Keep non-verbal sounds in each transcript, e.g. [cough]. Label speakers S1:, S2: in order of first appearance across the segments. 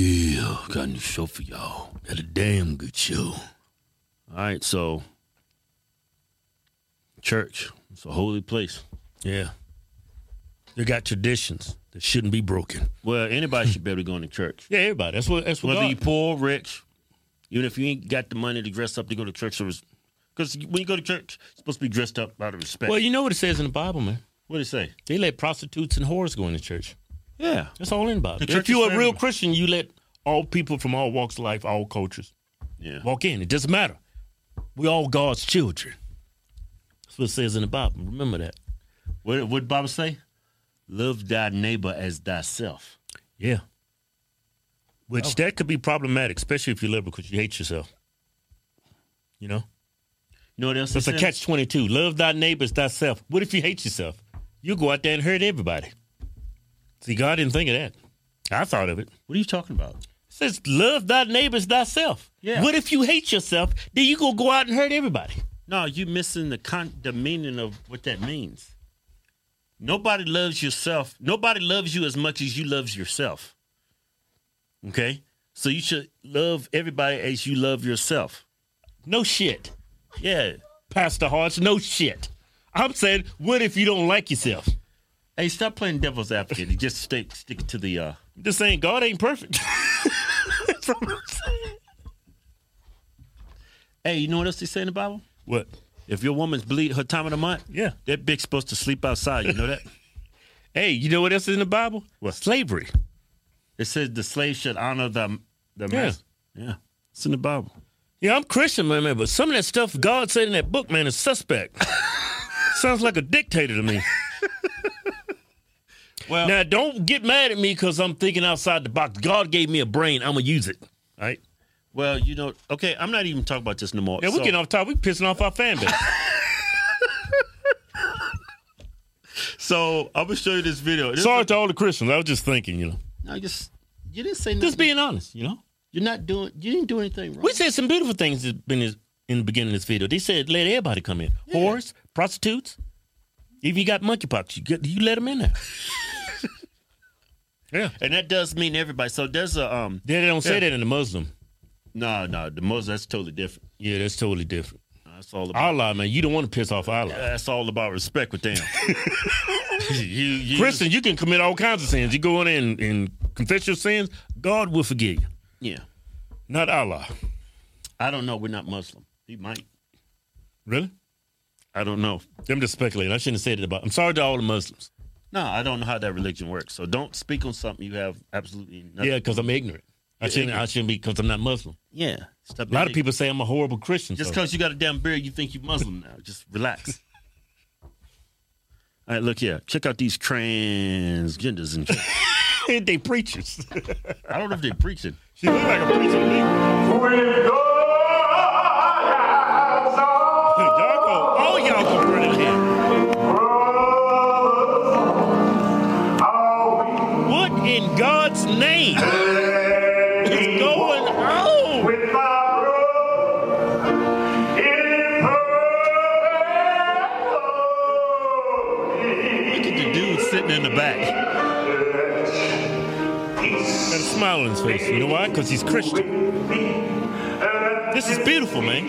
S1: Yeah, got a new show for y'all. Had a damn good show. All right, so church, it's a holy place.
S2: Yeah. They got traditions that shouldn't be broken.
S1: Well, anybody should be able to go
S2: [laughs]
S1: into church,
S2: Yeah, everybody. That's what that's what
S1: whether
S2: God-
S1: you poor, rich, even if you ain't got the money to dress up to go to church. Because when you go to church, you're supposed to be dressed up out of respect.
S2: Well, you know what it says in the Bible, man.
S1: what do you say?
S2: They let prostitutes and whores go into church.
S1: Yeah,
S2: That's all in the Bible.
S1: The church
S2: if you're
S1: is
S2: a real
S1: family.
S2: Christian, you let all people from all walks of life, all cultures,
S1: yeah.
S2: walk in. It doesn't matter. We all God's children. That's what it says in the Bible. Remember that.
S1: What what Bible say? Love thy neighbor as thyself.
S2: Yeah. Which that could be problematic, especially if you're liberal because you hate yourself. You know?
S1: You know what else?
S2: So it's
S1: it
S2: a
S1: says?
S2: catch 22. Love thy neighbors, thyself. What if you hate yourself? You go out there and hurt everybody. See, God didn't think of that. I thought of it.
S1: What are you talking about?
S2: It says, love thy neighbors, thyself.
S1: Yeah.
S2: What if you hate yourself? Then you go go out and hurt everybody.
S1: No, you missing the con- the meaning of what that means. Nobody loves yourself. Nobody loves you as much as you loves yourself. Okay, so you should love everybody as you love yourself.
S2: No shit.
S1: Yeah.
S2: Pastor Hodge, no shit. I'm saying, what if you don't like yourself?
S1: Hey, stop playing devil's advocate. and Just stick stick to the. uh
S2: I'm just saying, God ain't perfect. [laughs] That's what I'm saying.
S1: Hey, you know what else they say in the Bible?
S2: What?
S1: If your woman's bleed her time of the month,
S2: Yeah.
S1: that bitch supposed to sleep outside. You know that? [laughs]
S2: Hey, you know what else is in the Bible?
S1: What?
S2: Slavery.
S1: It says the slave should honor the the
S2: Yeah.
S1: master. Yeah, it's in the Bible.
S2: Yeah, I'm Christian, man, man, but some of that stuff God said in that book, man, is [laughs] suspect. Sounds like a dictator to me.
S1: Well-
S2: now don't get mad at me because I'm thinking outside the box. God gave me a brain. I'm gonna use it. All right.
S1: Well, you know, okay, I'm not even talking about this no more.
S2: Yeah, we
S1: So-
S2: getting off top. We pissing off our fan base.
S1: So I'm gonna show you this video.
S2: [laughs]
S1: This
S2: Sorry
S1: is-
S2: to all the Christians. I was just thinking, you know,
S1: no, just you didn't say nothing.
S2: just being honest. You know,
S1: You're not doing. You didn't do anything wrong.
S2: we said some beautiful things that's been in in the beginning of this video. They said let everybody come in, whores, prostitutes. If you got monkeypox, you get, you let them in there. [laughs] yeah.
S1: and that does mean everybody. So there's a um.
S2: They don't say
S1: Yeah.
S2: that in the Muslim.
S1: No, no, the Muslim. That's totally different.
S2: Yeah, that's totally different.
S1: That's all about.
S2: Allah, man, you don't want to piss off Allah.
S1: that's all about respect
S2: [laughs]
S1: with them. you, you,
S2: Christian, you can commit all kinds of sins. You go in there and, and confess your sins, God will forgive you,
S1: yeah.
S2: not Allah.
S1: I don't know. We're not Muslim. He might.
S2: Really?
S1: I don't know.
S2: I'm just speculating. I shouldn't have said it about. I'm sorry to all the Muslims.
S1: No, I don't know how that religion works. So don't speak on something you have absolutely nothing.
S2: Yeah, because I'm ignorant. I shouldn't. I shouldn't be because I'm not Muslim.
S1: Yeah. Stop
S2: A lot of people say I'm a horrible Christian.
S1: Just
S2: so-
S1: because you got a damn beard, you think you Muslim now. Just
S2: [laughs]
S1: relax. All right, look here. Check out these transgenders.
S2: [laughs]
S1: And
S2: they preachers.
S1: I don't know if they're preaching.
S2: she look like a preacher to me. y'all go. All y'all go burn in hell. What in God's name is going on?
S1: Look at the dude sitting in the back.
S2: Got a smile on his face. You know why? Because he's Christian. This is beautiful, man.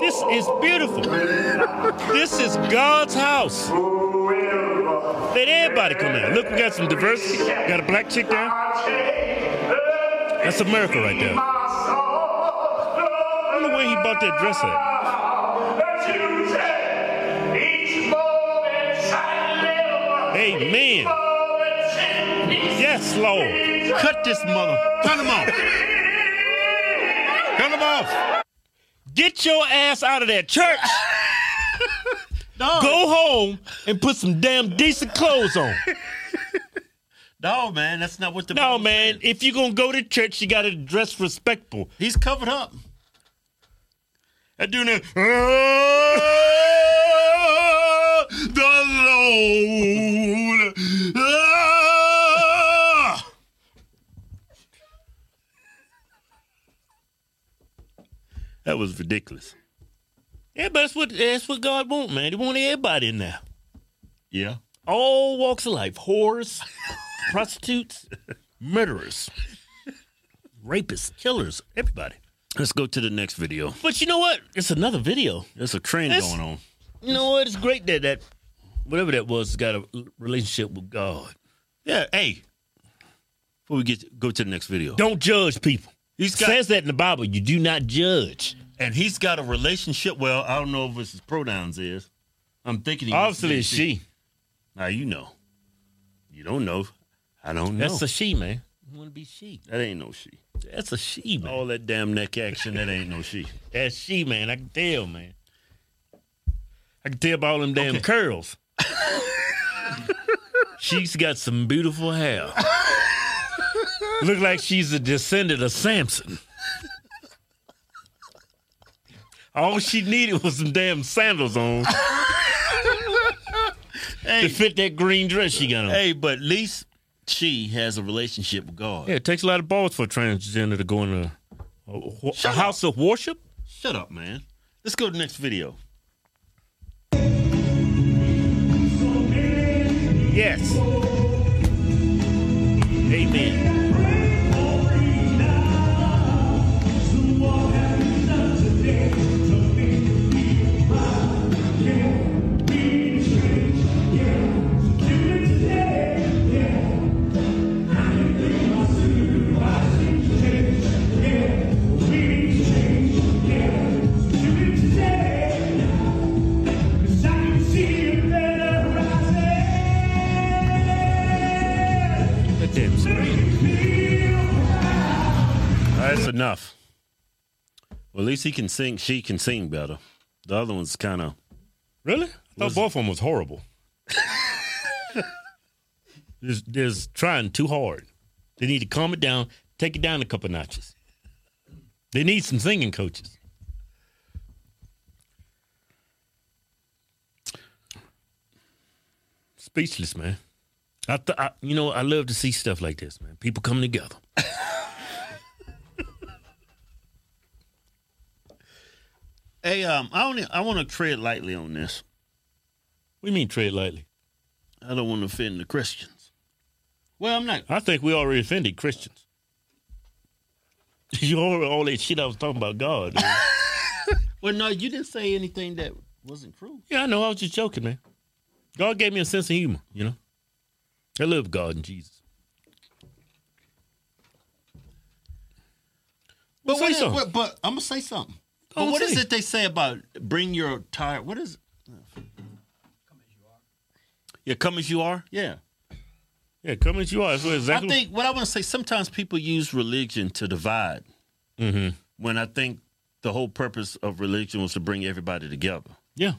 S2: This is beautiful. this is God's house. Let everybody come out. Look, we got some diversity. Got a black chick there. That's America right there. I wonder where he bought that dress at. Amen. Yes, Lord.
S1: Cut this mother. Cut him off. Cut him off.
S2: Get your ass out of that church.
S1: No,
S2: Go home and put some damn decent clothes on.
S1: no, man, that's not what the.
S2: No,
S1: Bible
S2: man.
S1: says.
S2: If you're gonna go to church, you gotta dress respectful.
S1: he's covered up. That dude, there, "Ah,
S2: the Lord. Ah!
S1: that was ridiculous.
S2: Yeah, but that's what that's what God want, man. He want everybody in there,
S1: Yeah,
S2: all walks of life, whores, prostitutes, murderers.
S1: rapists, killers, everybody. Let's go to the next video. But you know what? It's another video. There's a trend
S2: It's-
S1: going on. You know what? It's great that that whatever that was got a relationship with God.
S2: Yeah, hey,
S1: Before we get go to the next video,
S2: don't judge people.
S1: he's
S2: It
S1: got
S2: says that in the Bible. You do not judge.
S1: and he's got a relationship. Well, I don't know if it's his pronouns is. I'm thinking he uses
S2: Obviously, it's
S1: they.
S2: she.
S1: Now you know. You don't know. I don't know.
S2: That's a she, man. Want to be she?
S1: that ain't no she.
S2: That's a she, man.
S1: All that damn neck action. That ain't no she.
S2: That's she, man. I can tell, man. I can tell by all them damn
S1: [laughs]
S2: curls. she's got some beautiful hair. Look like she's a descendant of Samson. All she needed was some damn sandals on to
S1: [laughs] Hey,
S2: fit that green dress she got on.
S1: hey, but at least she has a relationship with God.
S2: Yeah, it takes a lot of balls for a transgender to go in a, a, a house of worship.
S1: Shut up, man. Let's go to the next video.
S2: Yes. Amen. That damn screen.
S1: That's enough. Well, at least he can sing. She can sing better. The other one's kind of
S2: Really? I thought both of them was horrible. there's, there's trying too hard. They need to calm it down, take it down a couple notches. They need some singing coaches. Speechless, man. I, th- I you know, I love to see stuff like this, man. People coming together.
S1: Hey, um, I only I want to tread lightly on this.
S2: We mean tread lightly.
S1: I don't want to offend the Christians. Well, I'm not.
S2: I think we already offended Christians. [laughs] You all, all that shit I was talking about God.
S1: Well, no, you didn't say anything that wasn't true.
S2: yeah, I know. I was just joking, man. God gave me a sense of humor, you know. I love God and Jesus.
S1: But
S2: Say
S1: what is,
S2: something.
S1: what, but I'm gonna say something.
S2: on,
S1: but what
S2: say
S1: is
S2: it.
S1: it they say about bring your tire? What is? Yeah, come as you are. Yeah,
S2: Yeah, come as you are. That's what
S1: I
S2: exactly.
S1: think what I want to say. Sometimes people use religion to divide. When I think the whole purpose of religion was to bring everybody together.
S2: yeah,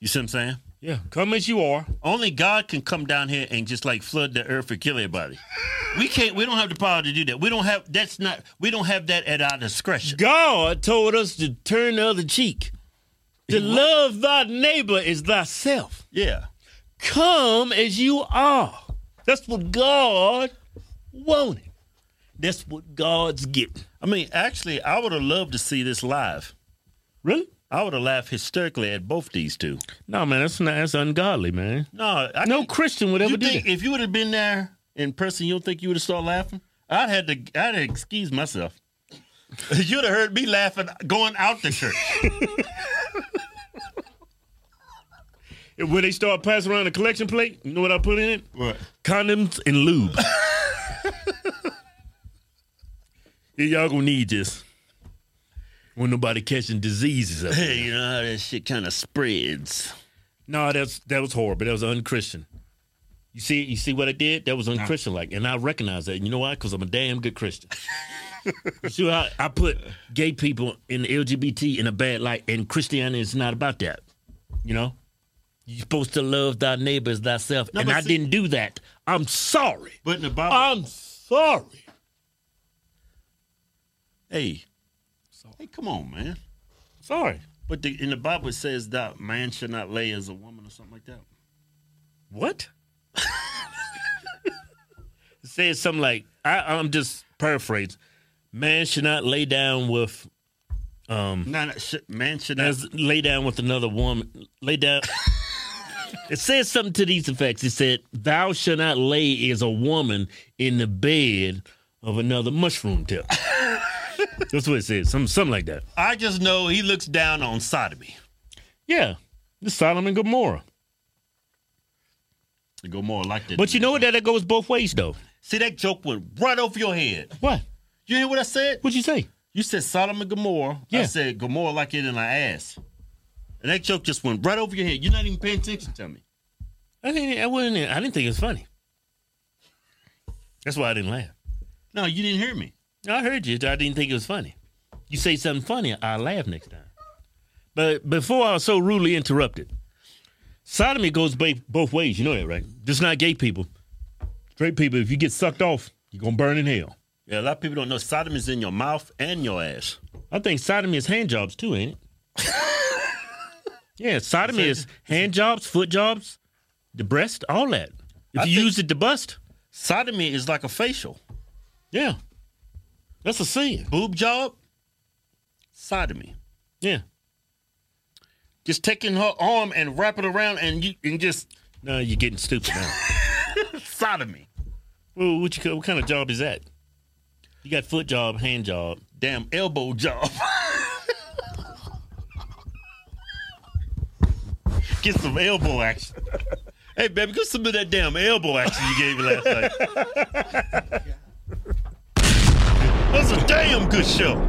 S1: You see what I'm saying?
S2: yeah. Come as you are.
S1: Only God can come down here and just like flood the earth and kill everybody. We can't. We don't have the power to do that. We don't have. That's not. We don't have that at our discretion.
S2: God told us to turn the other cheek. To love thy neighbor is thyself.
S1: Yeah.
S2: come as you are. That's what God wanted. That's what God's getting.
S1: I mean, actually, I would have loved to see this live.
S2: Really?
S1: I would have laughed hysterically at both these two.
S2: No, man, that's not, that's ungodly, man.
S1: No, I
S2: No Christian would ever
S1: You
S2: do
S1: think
S2: that.
S1: if you would have been there in person, you don't think you would have started laughing? I'd had to. I'd have excused myself. [laughs] You'd have heard me laughing going out the church.
S2: [laughs] When they start passing around a collection plate, you know what I put in it?
S1: What?
S2: Condoms and lube. [laughs] Yeah, y'all gonna need this. When nobody catching diseases [laughs] up.
S1: Hey, you know how that shit kind of spreads.
S2: No, that's that was horrible. That was unchristian. You see, you see what I did? That was unchristian like, and I recognize that. You know why? Because I'm a damn good Christian. you see how I put gay people in LGBT in a bad light, and Christianity is not about that. You know, you're supposed to love thy neighbor as thyself, and
S1: but
S2: I
S1: see- Oh.
S2: didn't do that. I'm sorry.
S1: But in the Bible,
S2: I'm sorry.
S1: Hey, hey, come on, man.
S2: Sorry.
S1: But the, in the Bible it says that man should not lay as a woman or something like that.
S2: What? it says something like I, I'm just paraphrasing. Man should not lay down with Mm.
S1: No, no, sh- man should not.
S2: as lay down with another woman. Lay down. it says something to these effects. It said, "Thou shalt not lay as a woman in the bed of another mushroom tip. That's what it says. Some something like that.
S1: I just know he looks down on sodomy.
S2: Yeah. It's Solomon Gomorrah.
S1: Go more like that.
S2: But you know what? That, that goes both ways though.
S1: see that joke went right over your head.
S2: What?
S1: You hear what I said?
S2: What'd you say?
S1: You said Sodom and Gomorrah. I
S2: Yeah.
S1: said Gomorrah like it in my ass. And that joke just went right over your head. You're not even paying attention to me.
S2: I didn't I wasn't I didn't think it was funny. That's why I didn't laugh.
S1: No, you didn't hear me.
S2: I heard you. I didn't think it was funny. You say something funny, I laugh next time. But before I was so rudely interrupted, sodomy goes ba- both ways. You know that, right? Just not gay people. Straight people, if you get sucked off, you're gonna burn in hell.
S1: Yeah, a lot of people don't know Sodom is in your mouth and your ass.
S2: I think sodomy is hand jobs too,
S1: [laughs]
S2: ain't it? yeah, sodomy is hand jobs, foot jobs, the breast, all that. If
S1: I
S2: you
S1: think-
S2: use it to bust,
S1: Sodomy is like a facial.
S2: yeah, that's a sin.
S1: Boob job, sodomy.
S2: Yeah.
S1: Just taking her arm and wrap it around and you and just
S2: No, you're getting stupid now. [laughs]
S1: sodomy.
S2: Well, what, you, ca- what kind of job is that? You got foot job, hand job.
S1: Damn elbow job. Get some elbow action. Hey baby, get some of that damn elbow action you gave me last night. That's a damn good show.